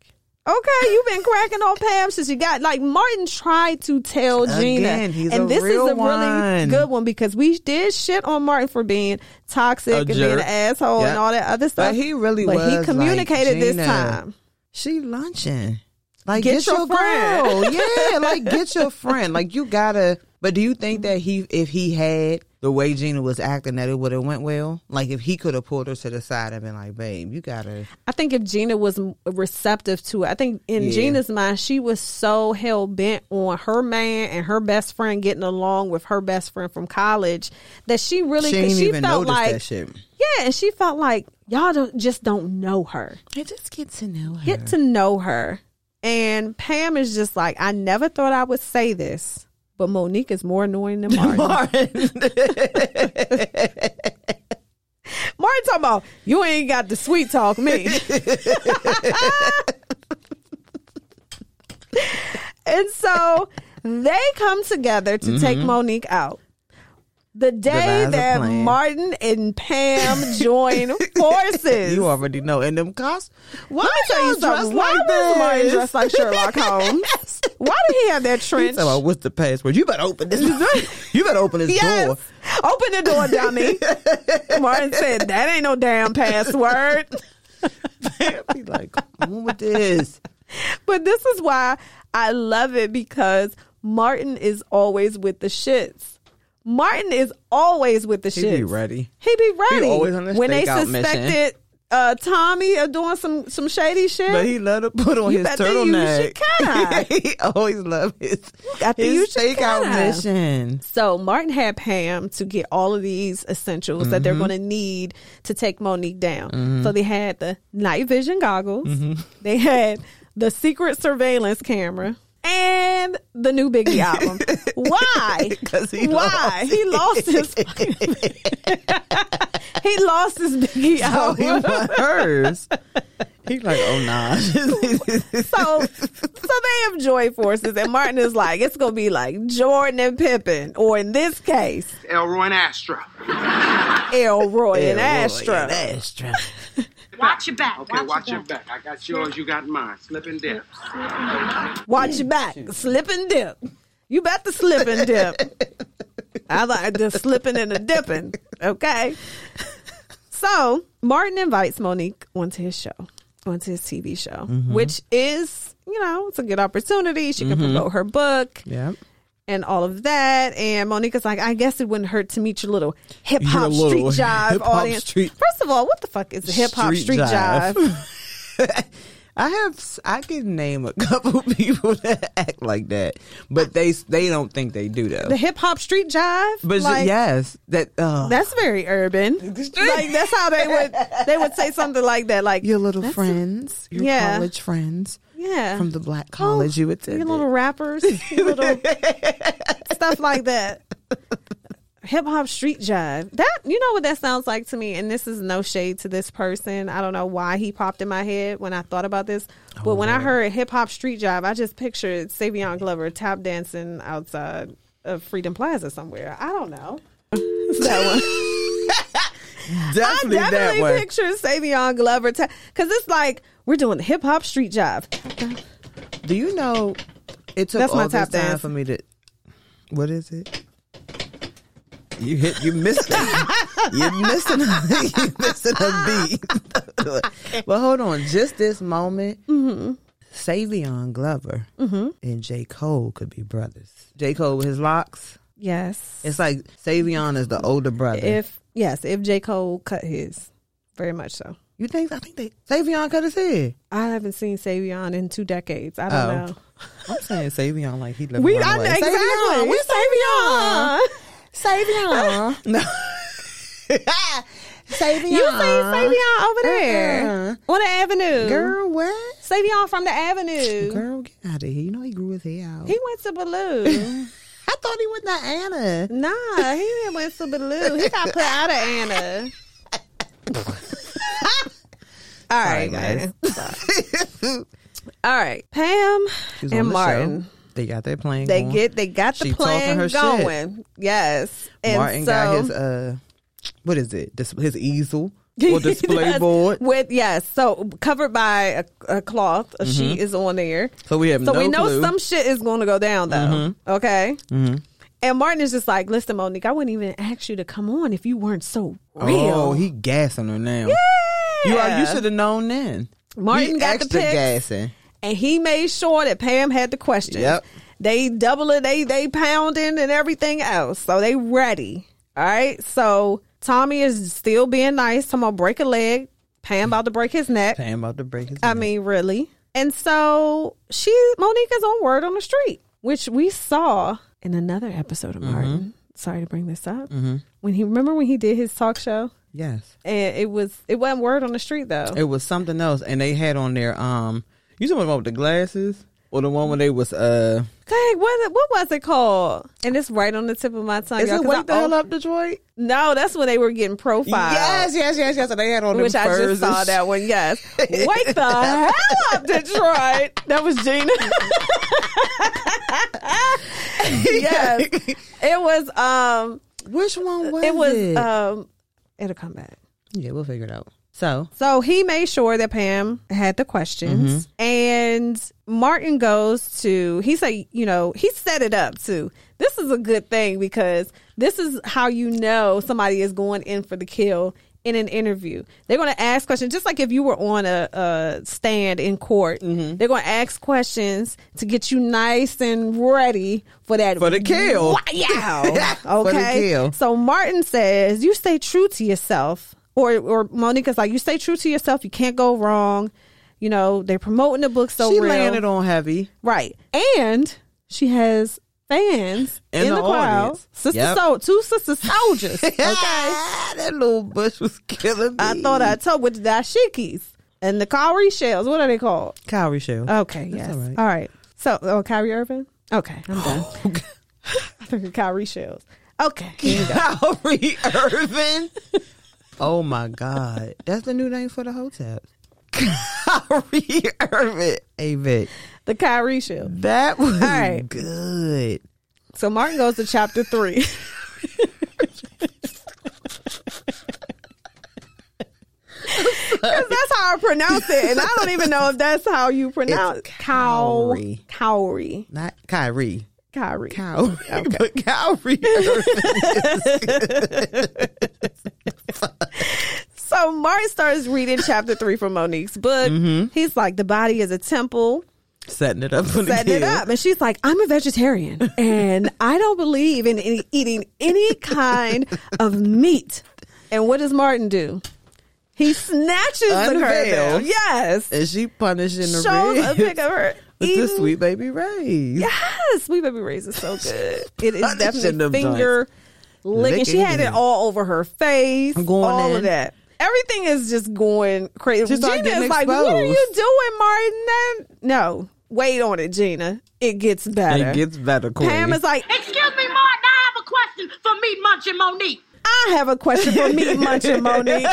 S1: Okay, you've been cracking on Pam since you got like Martin tried to tell Gina,
S2: Again, he's
S1: and
S2: a
S1: this
S2: real
S1: is a really
S2: one.
S1: good one because we did shit on Martin for being toxic
S2: A
S1: and being an
S2: jerk.
S1: asshole and
S2: Yeah.
S1: all that other stuff.
S2: But he really
S1: but
S2: was
S1: he
S2: like,
S1: communicated this
S2: Gina,
S1: time.
S2: She lunching. Like
S1: Get
S2: get,
S1: your
S2: your,
S1: friend.
S2: girl. yeah, like get your friend. Like you gotta But do you think that he, if he had the way Gina was acting, that it would have went well? Like if he could have pulled her to the side and been like, "Babe, you gotta."
S1: I think if Gina was m- receptive to it, I think in
S2: Yeah.
S1: Gina's mind, she was so hell bent on her man and her best friend getting along with her best friend from college that she really
S2: she ain't
S1: she
S2: even
S1: felt
S2: noticed
S1: like
S2: that shit.
S1: yeah, and she felt like y'all don't just don't know her.
S2: I just get to know her.
S1: Get to know her. And Pam is just like, I never thought I would say this, but Monique is more annoying than Martin. Martin talking about you ain't got the sweet talk me. and so they come together to take
S2: Mm-hmm.
S1: Monique out. The day
S2: Devise a
S1: that
S2: plan.
S1: Martin and Pam join forces.
S2: you already know. And them costs. Why
S1: Let me tell you
S2: y'all dressed
S1: something. Why
S2: like
S1: was Martin
S2: this?
S1: dressed like Sherlock Holmes? Why did he have that
S2: He
S1: trench?
S2: talking about, what's the password? You better open this. you better open this
S1: Yes.
S2: door.
S1: Open the door, dummy. Martin said, That ain't no damn password.
S2: Be like, come on with this.
S1: But this is why I love it because Martin is always with the shits. Martin is always with the
S2: He
S1: shits.
S2: be ready.
S1: He be ready.
S2: always on the
S1: when they
S2: stakeout mission.
S1: suspected uh, Tommy of doing some some shady shit.
S2: But he love to put on
S1: You
S2: his
S1: better use
S2: turtleneck.
S1: your cat.
S2: he always love his,
S1: Gotta
S2: his
S1: use your
S2: stakeout
S1: cat.
S2: mission.
S1: So Martin had Pam to get all of these essentials that
S2: Mm-hmm.
S1: they're going to need to take Monique down. So they had the night vision goggles,
S2: Mm-hmm.
S1: they had the secret surveillance camera, and the new Biggie album. Why?
S2: 'Cause he
S1: Why
S2: lost
S1: he lost his fucking- he lost his Biggie
S2: Oh, he
S1: album.
S2: want hers. He like, oh nah.
S1: so so they have joy forces, and Martin is like, it's going to be like Jordan and Pippen, or in this case,
S3: Elroy and Astra.
S1: Elroy
S2: Yeah,
S1: and
S2: boy,
S1: Astra.
S2: and Astra.
S6: Watch your back.
S3: Okay, watch your
S6: your
S3: back. I got yours, you got mine. Slip and dip.
S1: Watch your back. Slip and dip. You bet the slip and dip. I like the slipping and the dipping. Okay. So Martin invites Monique onto his show, onto his TV show,
S2: Mm-hmm.
S1: which is, you know, it's a good opportunity. She can promote her book
S2: Yep.
S1: and all of that. And Monica's like, I guess it wouldn't hurt to meet your little hip
S2: Your
S1: hop
S2: little
S1: street jive
S2: hip-hop
S1: audience.
S2: street-
S1: First of all, what the fuck is a hip hop street,
S2: Street jive.
S1: jive?
S2: I have s- I can name a couple people that act like that, but they they don't think they do though.
S1: The hip hop street jive?
S2: But
S1: Like-
S2: yes, that uh,
S1: That's very urban. like that's how they would they would say something like that. Like
S2: your little friends, your
S1: yeah.
S2: college friends
S1: yeah,
S2: from the black college you attended.
S1: your little rappers, your little stuff like that. Hip hop street jive. That you know what that sounds like to me. And this is no shade to this person. I don't know why he popped in my head when I thought about this.
S2: Oh,
S1: But when I heard hip hop street jive, I just pictured Savion Glover tap dancing outside of Freedom Plaza somewhere. I don't know. It's that one. I
S2: definitely,
S1: definitely
S2: that way.
S1: picture Savion Glover because it's like we're doing the hip hop street jive.
S2: do you know? It took
S1: That's
S2: all
S1: my
S2: this
S1: tap
S2: time
S1: dance.
S2: for me to. What is it? You hit. You missed it. You're missing. A, you're missing a beat. but hold on, just this moment.
S1: Mm-hmm.
S2: Savion Glover and J. Cole could be brothers. J. Cole with his locks.
S1: Yes,
S2: It's like Savion is the older brother.
S1: if yes, if J Cole cut his, very much so.
S2: you think I think they Savion cut his hair.
S1: I haven't seen Savion in two decades. I don't
S2: Oh.
S1: know.
S2: I'm saying Savion like he lived.
S1: We
S2: a
S1: I know
S2: runaway.
S1: exactly.
S2: Savion,
S1: we Savion.
S2: we Savion. No. Savion.
S1: You seen Savion over there on the Avenue,
S2: Uh-uh. Girl, what?
S1: Savion from the Avenue.
S2: Girl, get out of here. You know he grew his hair out.
S1: He went to Baloo.
S2: I thought he was not Anna.
S1: nah, he didn't went to Baloo. He got put out of Anna. All right, guys. All right, Pam
S2: She's on
S1: and
S2: the
S1: Martin.
S2: show. They got their plane.
S1: They
S2: going.
S1: get they got the
S2: She talking
S1: plan
S2: her shit.
S1: going. Yes, and
S2: Martin
S1: so
S2: got his uh what is it? Dis- his easel or display
S1: Yes,
S2: board.
S1: with yes, so covered by a, a cloth. A sheet is on there,
S2: So we have
S1: so
S2: Mm-hmm. no Mm-hmm.
S1: we know
S2: clue.
S1: some shit is going to go down though. Okay. And Martin is just like, listen, Monique, I wouldn't even ask you to come on if you weren't so real.
S2: Oh, he gassing her now. You are, you should have known then.
S1: Martin
S2: he
S1: got the
S2: extra
S1: pics.
S2: gassing.
S1: and he made sure that Pam had the question.
S2: Yep.
S1: They doubling, they they pounding and everything else. So they ready. All right. So Tommy is still being nice. Talking about break a leg. Pam about to break his neck.
S2: Pam about to break his
S1: I
S2: neck.
S1: mean, really. And so she Monica's on word on the street, which we saw in another episode of Martin. Sorry to bring this up. When he remember when he did his talk show,
S2: Yes.
S1: and it was it wasn't word on the street though.
S2: It was something else, and they had on their um. You talking about with the glasses or the one where they was uh?
S1: Dang, what what was it called? And it's right on the tip of my tongue.
S2: Is
S1: y'all,
S2: it
S1: 'cause I
S2: wake the hell
S1: al-
S2: up Detroit?
S1: No, that's when they were getting profiled.
S2: Yes, yes, yes, yes. And they had on
S1: Which
S2: them
S1: I just
S2: furs
S1: saw
S2: and
S1: that one. Yes. Wake the hell up, Detroit. That was Gina. yes. It was um
S2: Which one was
S1: it was
S2: It?
S1: um it'll come back.
S2: yeah, we'll figure it out. So
S1: So he made sure that Pam had the questions.
S2: Mm-hmm.
S1: And Martin goes to, he said, you know, he set it up too. This is a good thing because this is how you know somebody is going in for the kill in an interview. They're going to ask questions, just like if you were on a, a stand in court,
S2: Mm-hmm.
S1: they're going to ask questions to get you nice and ready for that.
S2: For the kill.
S1: Wow. Okay.
S2: For the kill.
S1: So Martin says, "You stay true to yourself," or or Monica's like, "You stay true to yourself. You can't go wrong." You know they're promoting the book so
S2: she
S1: real,
S2: landed on heavy.
S1: right? And she has fans
S2: In
S1: in,
S2: the
S1: the, crowd,
S2: audience.
S1: sister
S2: Yep.
S1: sol- two sister soldiers. Okay, I
S2: that little bush was killing me.
S1: thought I told with the dashikis and the Kauri shells. What are they called?
S2: Kyrie Shell.
S1: Okay, yes, all
S2: all
S1: right.
S2: right.
S1: So, oh, Kyrie Irving. Okay, I'm done. I think Kyrie shells. Okay, here we go.
S2: Kyrie Irving. Oh my God, that's the new name for the hotel. Kyrie Irving. Hey, Vic,
S1: the Kyrie shell.
S2: that was
S1: right.
S2: good.
S1: So Martin goes to chapter three. Because that's how I pronounce it, and I don't even know if that's how you pronounce it. Cow,
S2: Cowrie.
S1: Cowrie,
S2: Not Kyrie.
S1: Cowrie.
S2: Kyrie, but Kyrie Irving.
S1: So Martin starts reading chapter three from Monique's book. He's like, "The body is a temple."
S2: setting it up for the
S1: setting it
S2: kill.
S1: up. And she's like, I'm a vegetarian and I don't believe in any, eating any kind of meat. And what does Martin do? He snatches the curl.
S2: Unveils.
S1: Yes.
S2: And she punishing the
S1: Shows a
S2: ribs
S1: pic of her.
S2: with the
S1: eating-
S2: sweet baby rays.
S1: Yes. Sweet baby rays is so good. It is
S2: Punishing
S1: definitely
S2: them
S1: finger licking. She
S2: Licking
S1: had it
S2: them.
S1: all over her face.
S2: Going
S1: all of
S2: in.
S1: that. Everything is just going crazy.
S2: She started
S1: Gina
S2: getting
S1: is like, what are you
S2: exposed."
S1: doing, Martin? Then- No. Wait on it, Gina. It gets better.
S2: It gets better, Queen.
S1: Pam is like,
S6: Excuse me, Martin, I have a question for Meat Munch and Monique.
S1: I have a question for Meat Munchin Monique.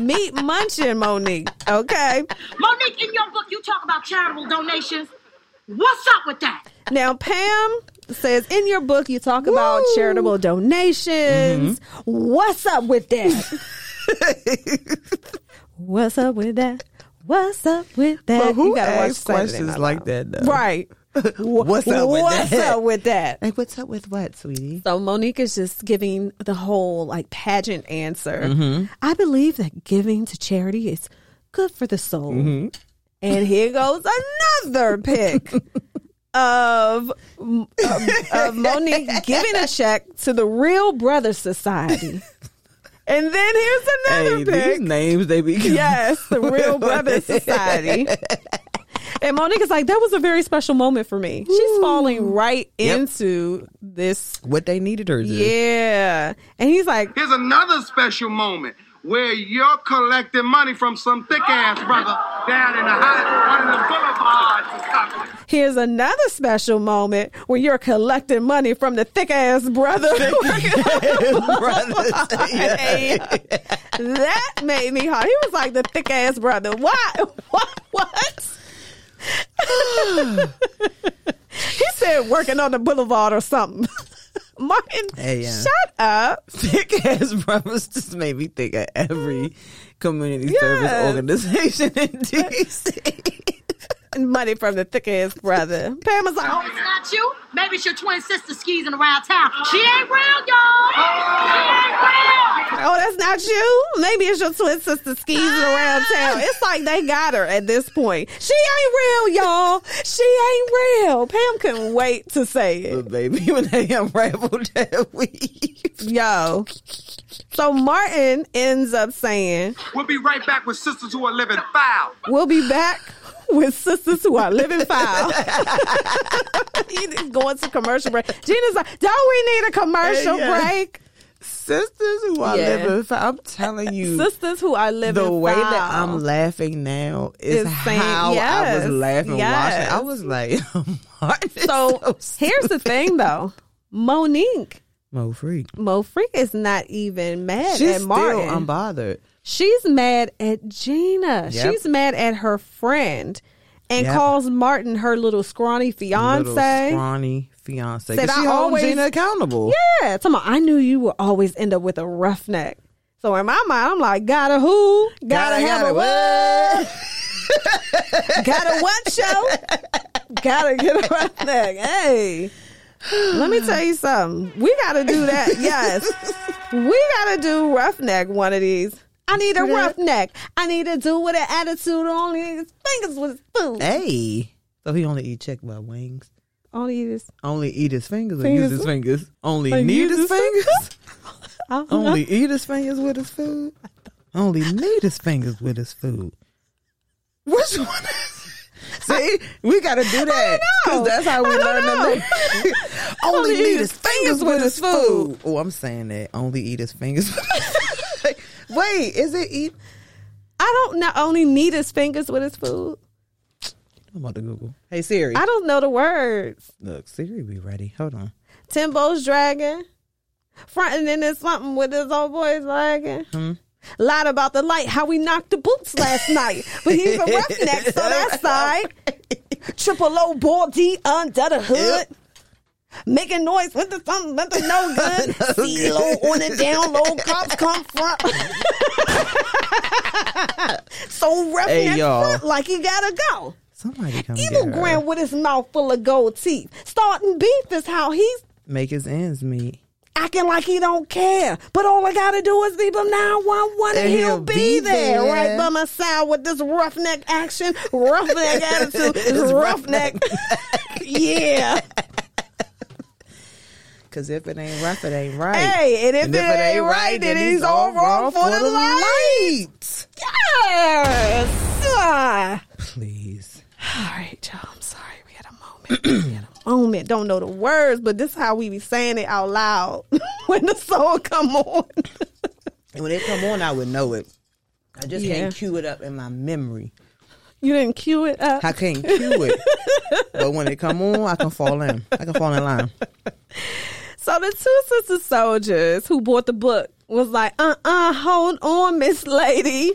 S1: Meat Munchin Monique. Okay.
S6: Monique, in your book, you talk about charitable donations. What's up with that?
S1: Now, Pam says in your book, you talk about charitable donations.
S2: Mm-hmm.
S1: What's up with that? What's up with that? What's up with that?
S2: but who
S1: gotta watch
S2: asks
S1: Saturday
S2: questions
S1: Night
S2: like
S1: Live.
S2: that, though?
S1: Right.
S2: What's up with
S1: What's
S2: that?
S1: up with that?
S2: Like, what's up with what, sweetie?
S1: So Monique is just giving the whole like pageant answer.
S2: Mm-hmm.
S1: I believe that giving to charity is good for the soul.
S2: Mm-hmm.
S1: And here goes another pick of, of, of Monique giving a check to the Real Brothers Society. And then here's another
S2: Hey,
S1: pick.
S2: these names they be.
S1: Yes, the Real Brothers Society. And Monique is like, that was a very special moment for me. She's falling right
S2: Yep.
S1: into this
S2: What they needed her to.
S1: yeah. And he's like,
S3: Here's another special moment where you're collecting money from some thick ass brother down in the high, one of the boulevards or something.
S1: here's another special moment where you're collecting money from the thick ass brother.
S2: Brothers.
S1: Hey, that made me hot. He was like the thick ass brother. Why? What? What? he said working on the boulevard or something. Martin,
S2: Hey, yeah.
S1: shut up.
S2: Thick ass brothers just made me think of every community
S1: Yes.
S2: service organization in DC.
S1: Money from the thick ass brother. Pam was like,
S6: Oh, it's not you? Maybe it's your twin sister skeezing around town. She ain't real, y'all. She ain't real.
S1: like, oh, that's not you. Maybe it's your twin sister skeezing around town. It's like they got her at this point. She ain't real, y'all. She ain't real. Pam couldn't wait to say it.
S2: But baby, when they unraveled that weave.
S1: Yo. So Martin ends up saying,
S3: We'll be right back with sisters who are living foul.
S1: We'll be back with sisters who are living foul. He's going to commercial break. Gina's like, don't we need a commercial
S2: Yeah.
S1: break?
S2: Sisters who are
S1: Yeah.
S2: living foul. I'm telling you.
S1: Sisters who are living
S2: the way that
S1: foul.
S2: I'm laughing now is
S1: Is saying-
S2: how I
S1: yes,
S2: was laughing
S1: yes.
S2: watching. I was like, Martin is
S1: So here's the thing though. Monique,
S2: Mo freak.
S1: Mo Freak is not even mad
S2: She's
S1: at
S2: still
S1: Martin.
S2: unbothered.
S1: She's mad at Gina.
S2: Yep.
S1: She's mad at her friend and
S2: Yep.
S1: calls Martin her little scrawny fiance.
S2: Little scrawny fiance.
S1: Said
S2: 'Cause
S1: I
S2: she holds
S1: always-
S2: Gina accountable.
S1: Yeah, talking about, I knew you would always end up with a roughneck. So in my mind, I'm like, gotta who? Gotta, have a what? Gotta what show? gotta get a roughneck. Hey, let me tell you something. We gotta do that. Yes, we gotta do roughneck one of these. I need a roughneck. I need a dude with an attitude on his fingers with his food.
S2: Hey. So he only eat check by wings.
S1: Only this.
S2: Only eat his fingers or
S1: Fingers.
S2: use his fingers. Only
S1: Like,
S2: need
S1: use
S2: his
S1: his
S2: fingers.
S1: I don't know.
S2: Only eat his fingers with his food. Only need his fingers with his food. Which one? is- See, we got to do that.
S1: I don't know.
S2: 'Cause That's how we
S1: I don't
S2: learn the
S1: know.
S2: lyrics. Only
S1: Only
S2: need
S1: eat
S2: his fingers with his food. Oh, I'm saying that. Only eat his fingers. with his- Wait, is it
S1: e-
S2: eat?
S1: I don't not only need his fingers with his food.
S2: I'm about to Google. Hey Siri,
S1: I don't know the words.
S2: look, Siri, be ready. Hold on.
S1: Timbo's dragging, fronting in his something with his old boys lagging.
S2: Hmm.
S1: Lied about the light, how we knocked the boots last night. But he's a roughneck, so that's side. Triple O ball D under the hood.
S2: Yep.
S1: Making noise with the something, with the no good.
S2: No
S1: See
S2: good.
S1: low on the down low, cops come front. so roughneck
S2: y'all.
S1: front like he gotta go.
S2: Somebody come
S1: Evil
S2: get her.
S1: Grand with his mouth full of gold teeth. Starting beef is how he's
S2: Make his ends meet.
S1: acting like he don't care. But all I gotta do is leave him now one one and he'll, be, there, right by my side with this roughneck action, roughneck attitude, this roughneck. yeah.
S2: Cause if it ain't rough, it ain't right.
S1: Hey, and if, it, ain't, right, then he's all wrong for the light. Yes. Ah.
S2: Please.
S1: All right, y'all. I'm sorry. We had a moment. we had a moment. Don't know the words, but this is how we be saying it out loud when the song come on.
S2: And when it come on, I would know it. I just
S1: Yeah.
S2: can't cue it up in my memory.
S1: You didn't cue it up.
S2: I can't cue it. but when it come on, I can fall in. I can fall in line.
S1: So the two sister soldiers who bought the book was like, uh uh hold on, Miss Lady.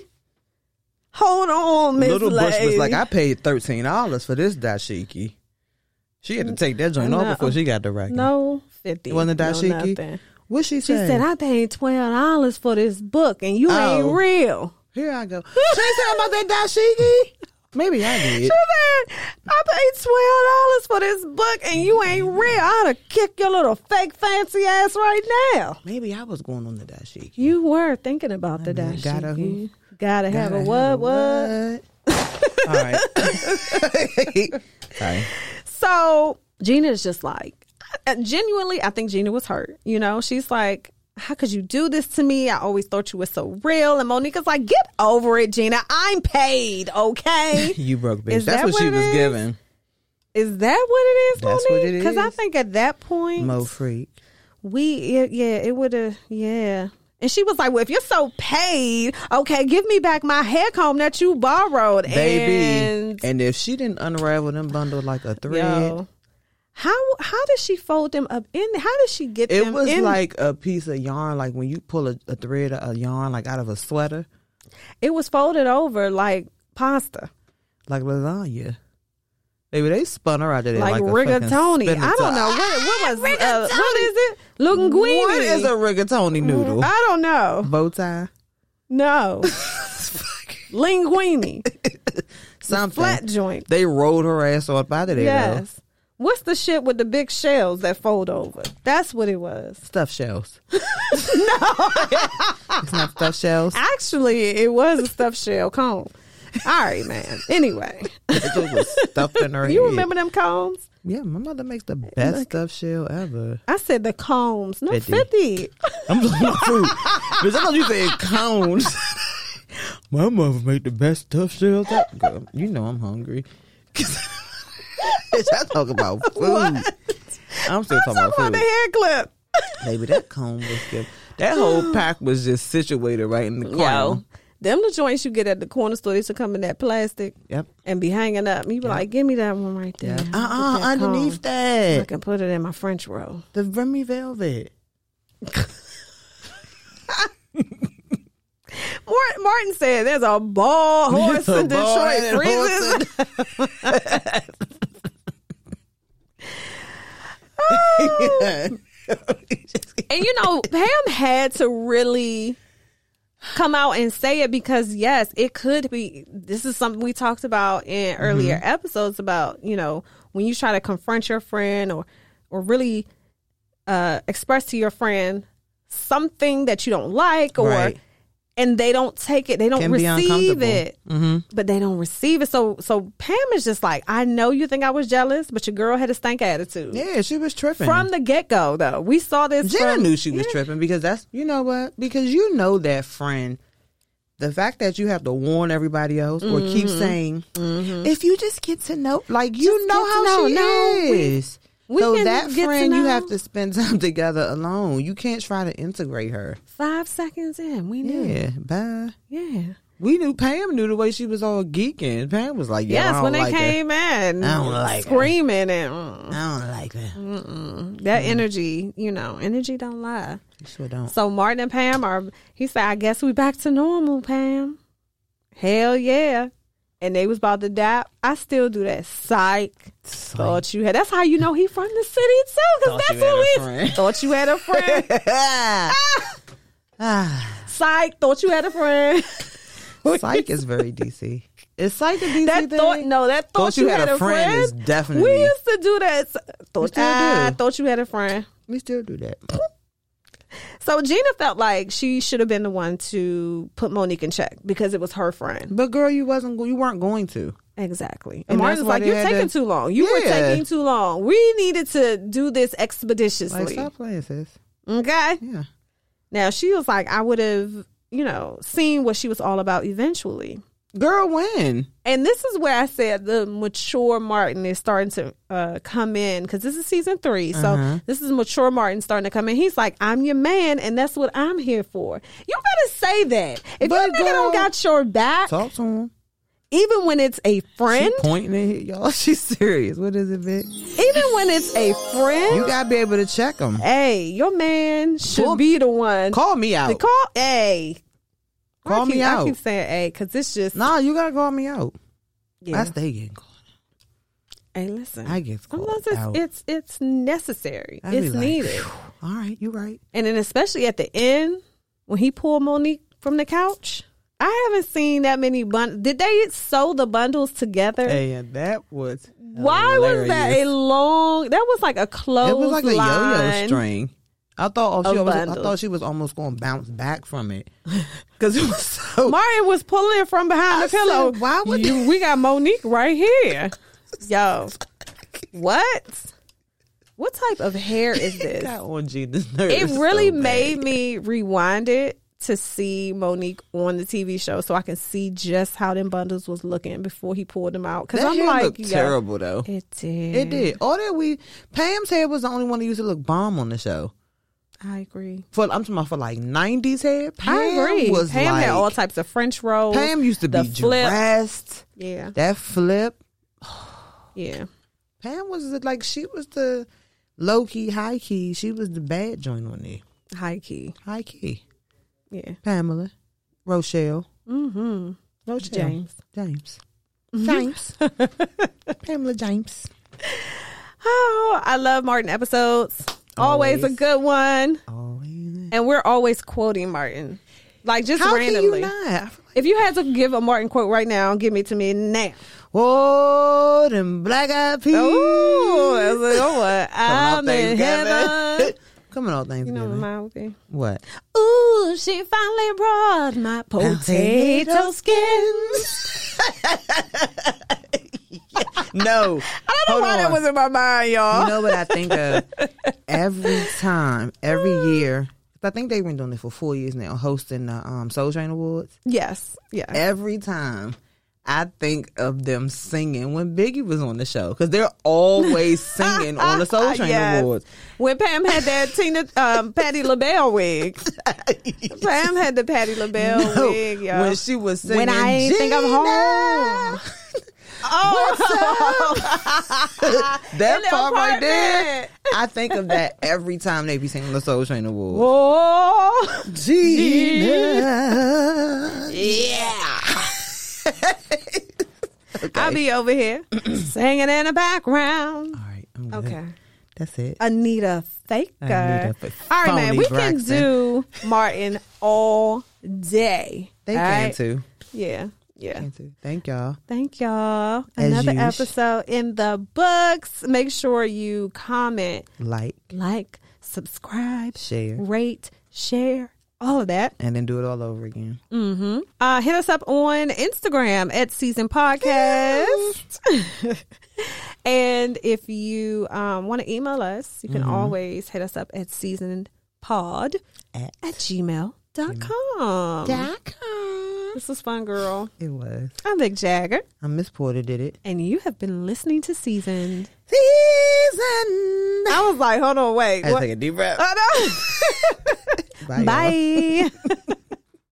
S1: Hold on, Miss
S2: Little
S1: Lady.
S2: Bush was like, I paid thirteen dollars for this dashiki. She had to take that joint off
S1: No.
S2: before she got the racket.
S1: no, 50.
S2: It wasn't a
S1: no
S2: dashiki.
S1: nothing.
S2: what she
S1: She
S2: say?
S1: said, I paid $12 for this book and you
S2: Oh.
S1: ain't real.
S2: Here I go. She ain't said about that dashiki. Maybe I
S1: She
S2: did.
S1: said, I paid $12 for this book and you ain't real. I'd have kicked your little fake fancy ass right now.
S2: Maybe I was going on the dashiki.
S1: You were thinking about the
S2: mean,
S1: dashiki.
S2: gotta who?
S1: Gotta have a what, what?
S2: All right. Sorry.
S1: So Gina's just like, I- genuinely, I think Gina was hurt. You know, she's like, how could you do this to me? I always thought you were so real. And Monica's like, get over it, Gina. I'm paid, okay?
S2: You broke bitch.
S1: Is
S2: That's
S1: that
S2: what, she
S1: what it
S2: was
S1: is?
S2: giving.
S1: is that what it is,
S2: That's what it
S1: Because I
S2: is.
S1: think at that point,
S2: Mo freak.
S1: we, it, yeah, it would have, yeah. And she was like, well, if you're so paid, okay, give me back my hair comb that you borrowed.
S2: Baby.
S1: And
S2: And, if she didn't unravel them bundle like a thread,
S1: Yo, how how does she fold them up in? How does she get
S2: it
S1: them
S2: was
S1: in?
S2: like a piece of yarn, like when you pull a, a thread of a yarn like out of a sweater,
S1: It was folded over like pasta,
S2: like lasagna. Baby, they spun her out of there
S1: like,
S2: like, a fucking
S1: rigatoni. I
S2: spinach.
S1: don't know what what was uh, what is it? Linguine.
S2: What is a rigatoni noodle?
S1: I don't know.
S2: Bow tie,
S1: No, linguine,
S2: something.
S1: flat joint.
S2: They rolled her ass off out of there. though.
S1: Yes. What's the shit with the big shells that fold over? That's what it was.
S2: Stuffed shells. no. it's not stuffed shells.
S1: Actually, it was a stuffed shell cone. All right, man. Anyway,
S2: It just was stuffed in her
S1: you
S2: head.
S1: remember them combs?
S2: Yeah, my mother makes the best stuffed shell ever.
S1: I said the combs, not
S2: 50.
S1: 50.
S2: I'm talking about food. Bitch, I thought you said cones. my mother make the best stuffed shells ever. Girl, You know I'm hungry. Bitch, I talk about food. I'm still
S1: Talk
S2: talking about
S1: about
S2: food.
S1: the hair clip.
S2: Baby, that cone was good. That whole pack was just situated right in the
S1: Yo,
S2: crown.
S1: them the joints you get at the corner store, they used to come in that plastic
S2: Yep.
S1: and be hanging up. You be like, give me that one right there.
S2: Yeah.
S1: Look
S2: Uh uh
S1: at Uh-uh, that
S2: underneath
S1: cone. I
S2: that.
S1: can put it in my French roll.
S2: The Remy Velvet.
S1: Mort- Martin said there's a ball horse in
S2: The ball
S1: Detroit
S2: headed horse
S1: freezes.
S2: in-
S1: Oh. And you know, Pam had to really come out and say it because yes, it could be this is something we talked about in
S2: Mm-hmm.
S1: earlier episodes about, you know, when you try to confront your friend or or really uh express to your friend something that you don't like or
S2: Right.
S1: and they don't take it, they don't
S2: Can be
S1: receive
S2: uncomfortable. Mm-hmm.
S1: it. But they don't receive it. So so Pam is just like, I know you think I was jealous, but your girl had a stank attitude.
S2: Yeah, she was tripping.
S1: From the get go though. We saw this
S2: Jenna
S1: from-
S2: knew she was
S1: Yeah.
S2: tripping because that's you know what because you know that friend. The fact that you have to warn everybody else or keep saying, if you just get to know, like you
S1: Mm-hmm. Just
S2: know
S1: get to
S2: how
S1: know.
S2: she
S1: No, we-
S2: is.
S1: we
S2: so
S1: can
S2: that
S1: get to
S2: friend, you have
S1: know.
S2: to spend time together alone. You can't try to integrate her.
S1: Five seconds in, we knew.
S2: Yeah, bye.
S1: Yeah.
S2: We knew Pam knew the way she was all geeking. Pam was like, yeah, I
S1: yes,
S2: don't
S1: when they
S2: like her.
S1: came in,
S2: I don't like her.
S1: screaming and mm,
S2: I don't like her.
S1: that energy, you know, energy don't lie.
S2: You sure don't.
S1: So Martin and Pam are. He said, "I guess we back to normal, Pam." Hell yeah. And they was about to die. I still do that. Psych. Thought you had. That's how you know he from the city too, because
S2: Thought
S1: that's
S2: you had a
S1: who he. Thought
S2: friend.
S1: you had a friend.
S2: Ah.
S1: Psych. Thought you had a friend.
S2: Psych is very DC. Is psych a DC
S1: That
S2: thing?
S1: thought, no, that thought, you, had, a friend.
S2: is definitely-
S1: We used to do that. Thought
S2: still
S1: I
S2: do.
S1: thought you had a friend.
S2: We still do that.
S1: So Gina felt like she should have been the one to put Monique in check because it was her friend.
S2: But girl, you wasn't. go- You weren't going to.
S1: Exactly. And,
S2: And that's
S1: Martin's
S2: why
S1: like,
S2: they
S1: "You're
S2: had
S1: taking
S2: to-
S1: too long. You were
S2: Yeah.
S1: taking too long. We needed to do this expeditiously."
S2: Like, stop playing, sis.
S1: Okay.
S2: Yeah.
S1: Now she was like, "I would have, you know, seen what she was all about eventually."
S2: Girl, when?
S1: And this is where I said the mature Martin is starting to uh, come in because this is season 3
S2: Uh-huh.
S1: So this is mature Martin starting to come in. He's like, I'm your man, and that's what I'm here for. You better say that. If your
S2: But,
S1: nigga don't
S2: girl-
S1: got your back,
S2: Talk to him.
S1: even when it's a friend,
S2: She pointing at it, y'all. She's serious. What is it, bitch?
S1: even when it's a friend,
S2: You gotta be able to check him.
S1: hey, your man should
S2: Pull-
S1: be the one.
S2: Call me
S1: to
S2: out.
S1: call, hey. I
S2: Call
S1: keep-
S2: me
S1: I
S2: out.
S1: keep saying hey because it's just,
S2: Nah, you gotta call me out.
S1: yeah.
S2: I stay getting called.
S1: hey, listen.
S2: I get called
S1: Unless it's,
S2: out.
S1: it's, it's necessary.
S2: I be
S1: it's
S2: like,
S1: needed.
S2: "Phew, All right, you right.
S1: And then especially at the end when he pulled Monique from the couch. I haven't seen that many bundles. Did they sew the bundles together?
S2: And that was
S1: Why was that a
S2: hilarious.
S1: long? That was like a close.
S2: It was like a yo-yo string. I thought oh,
S1: of
S2: she almost, I
S1: bundles.
S2: thought she was almost gonna bounce back from it because it was so.
S1: Martin was pulling it from behind
S2: I
S1: the pillow.
S2: said, why would
S1: you, we got Monique right here? Yo, what? What type of hair is
S2: It
S1: this?
S2: got on Gina's nerves.
S1: it really
S2: so bad.
S1: made me rewind it to see Monique on the TV show so I can see just how them bundles was looking before he pulled them out. Cause
S2: That
S1: I'm
S2: hair
S1: like,
S2: looked
S1: yo,
S2: terrible though.
S1: It did.
S2: It did. All that we Pam's hair was the only one that used to look bomb on the show.
S1: I agree.
S2: For I'm talking about for like nineties hair. Pam
S1: I agree.
S2: was
S1: Pam
S2: like
S1: had all types of French rolls.
S2: Pam used to
S1: the
S2: be
S1: flip.
S2: dressed.
S1: Yeah,
S2: That flip.
S1: yeah.
S2: Pam was the- like she was the low key, high key. She was the bad joint on there.
S1: High key.
S2: High key.
S1: Yeah.
S2: Pamela. Rochelle.
S1: Mm-hmm.
S2: Rochelle.
S1: James. Mm-hmm.
S2: James. James. Pamela James.
S1: Oh, I love Martin episodes. Always, a
S2: Always.
S1: good one.
S2: Always.
S1: And we're always quoting Martin. Like just
S2: How
S1: randomly.
S2: can you not? I feel like
S1: If you had to give a Martin quote right now, give me to me now.
S2: Oh, them black eyed peas.
S1: Ooh, Oh, that's a good one. I'm in heaven.
S2: Coming all Thanksgiving.
S1: You know my old thing.
S2: what?
S1: Ooh, she finally brought my potato
S2: Potato
S1: skins.
S2: No.
S1: I don't know why that was in my mind, y'all.
S2: You know what I think of every time, every year.
S1: Oh.
S2: I think they've been doing it for four years now, hosting the um, Soul Train Awards.
S1: Yes, yeah.
S2: Every time, I think of them singing when Biggie was on the show because they're always singing on the Soul Train
S1: Yes.
S2: Awards.
S1: When Pam had that Tina um, Patty LaBelle wig, Pam had the Patty LaBelle
S2: No,
S1: wig, y'all.
S2: when she was singing,
S1: Oh, When I ain't think I'm
S2: "Gina."
S1: home. oh,
S2: That
S1: In the
S2: part right there,
S1: apartment.
S2: I think of that every time they be singing the Soul Train Awards.
S1: oh,
S2: Gina.
S1: yeah. I'll be over here singing in the background.
S2: All right, I'm good.
S1: Okay.
S2: That's it.
S1: Anita Faker.
S2: Anita Fa-
S1: all right, man.
S2: Phony
S1: We
S2: Braxton.
S1: can do Martin all day.
S2: They
S1: All
S2: can
S1: right?
S2: too.
S1: Yeah. Yeah.
S2: Can too. Thank y'all.
S1: Thank y'all.
S2: As
S1: Another
S2: usual.
S1: episode in the books. Make sure you comment,
S2: Like
S1: like, subscribe,
S2: Share.
S1: rate, share, all of that.
S2: and then do it all over again.
S1: Uh, hit us up on Instagram at Season Podcast. and if you um, want to email us, you can always hit us up at seasonpod
S2: At-
S1: at gmail.com. This was fun, girl.
S2: It was.
S1: I'm Vic Jagger,
S2: I Miss Porter did it.
S1: and you have been listening to Seasoned.
S2: Season.
S1: I was like, hold on, wait.
S2: I had to
S1: what-
S2: take a deep breath.
S1: Oh, no.
S2: Bye. y'all.
S1: Bye.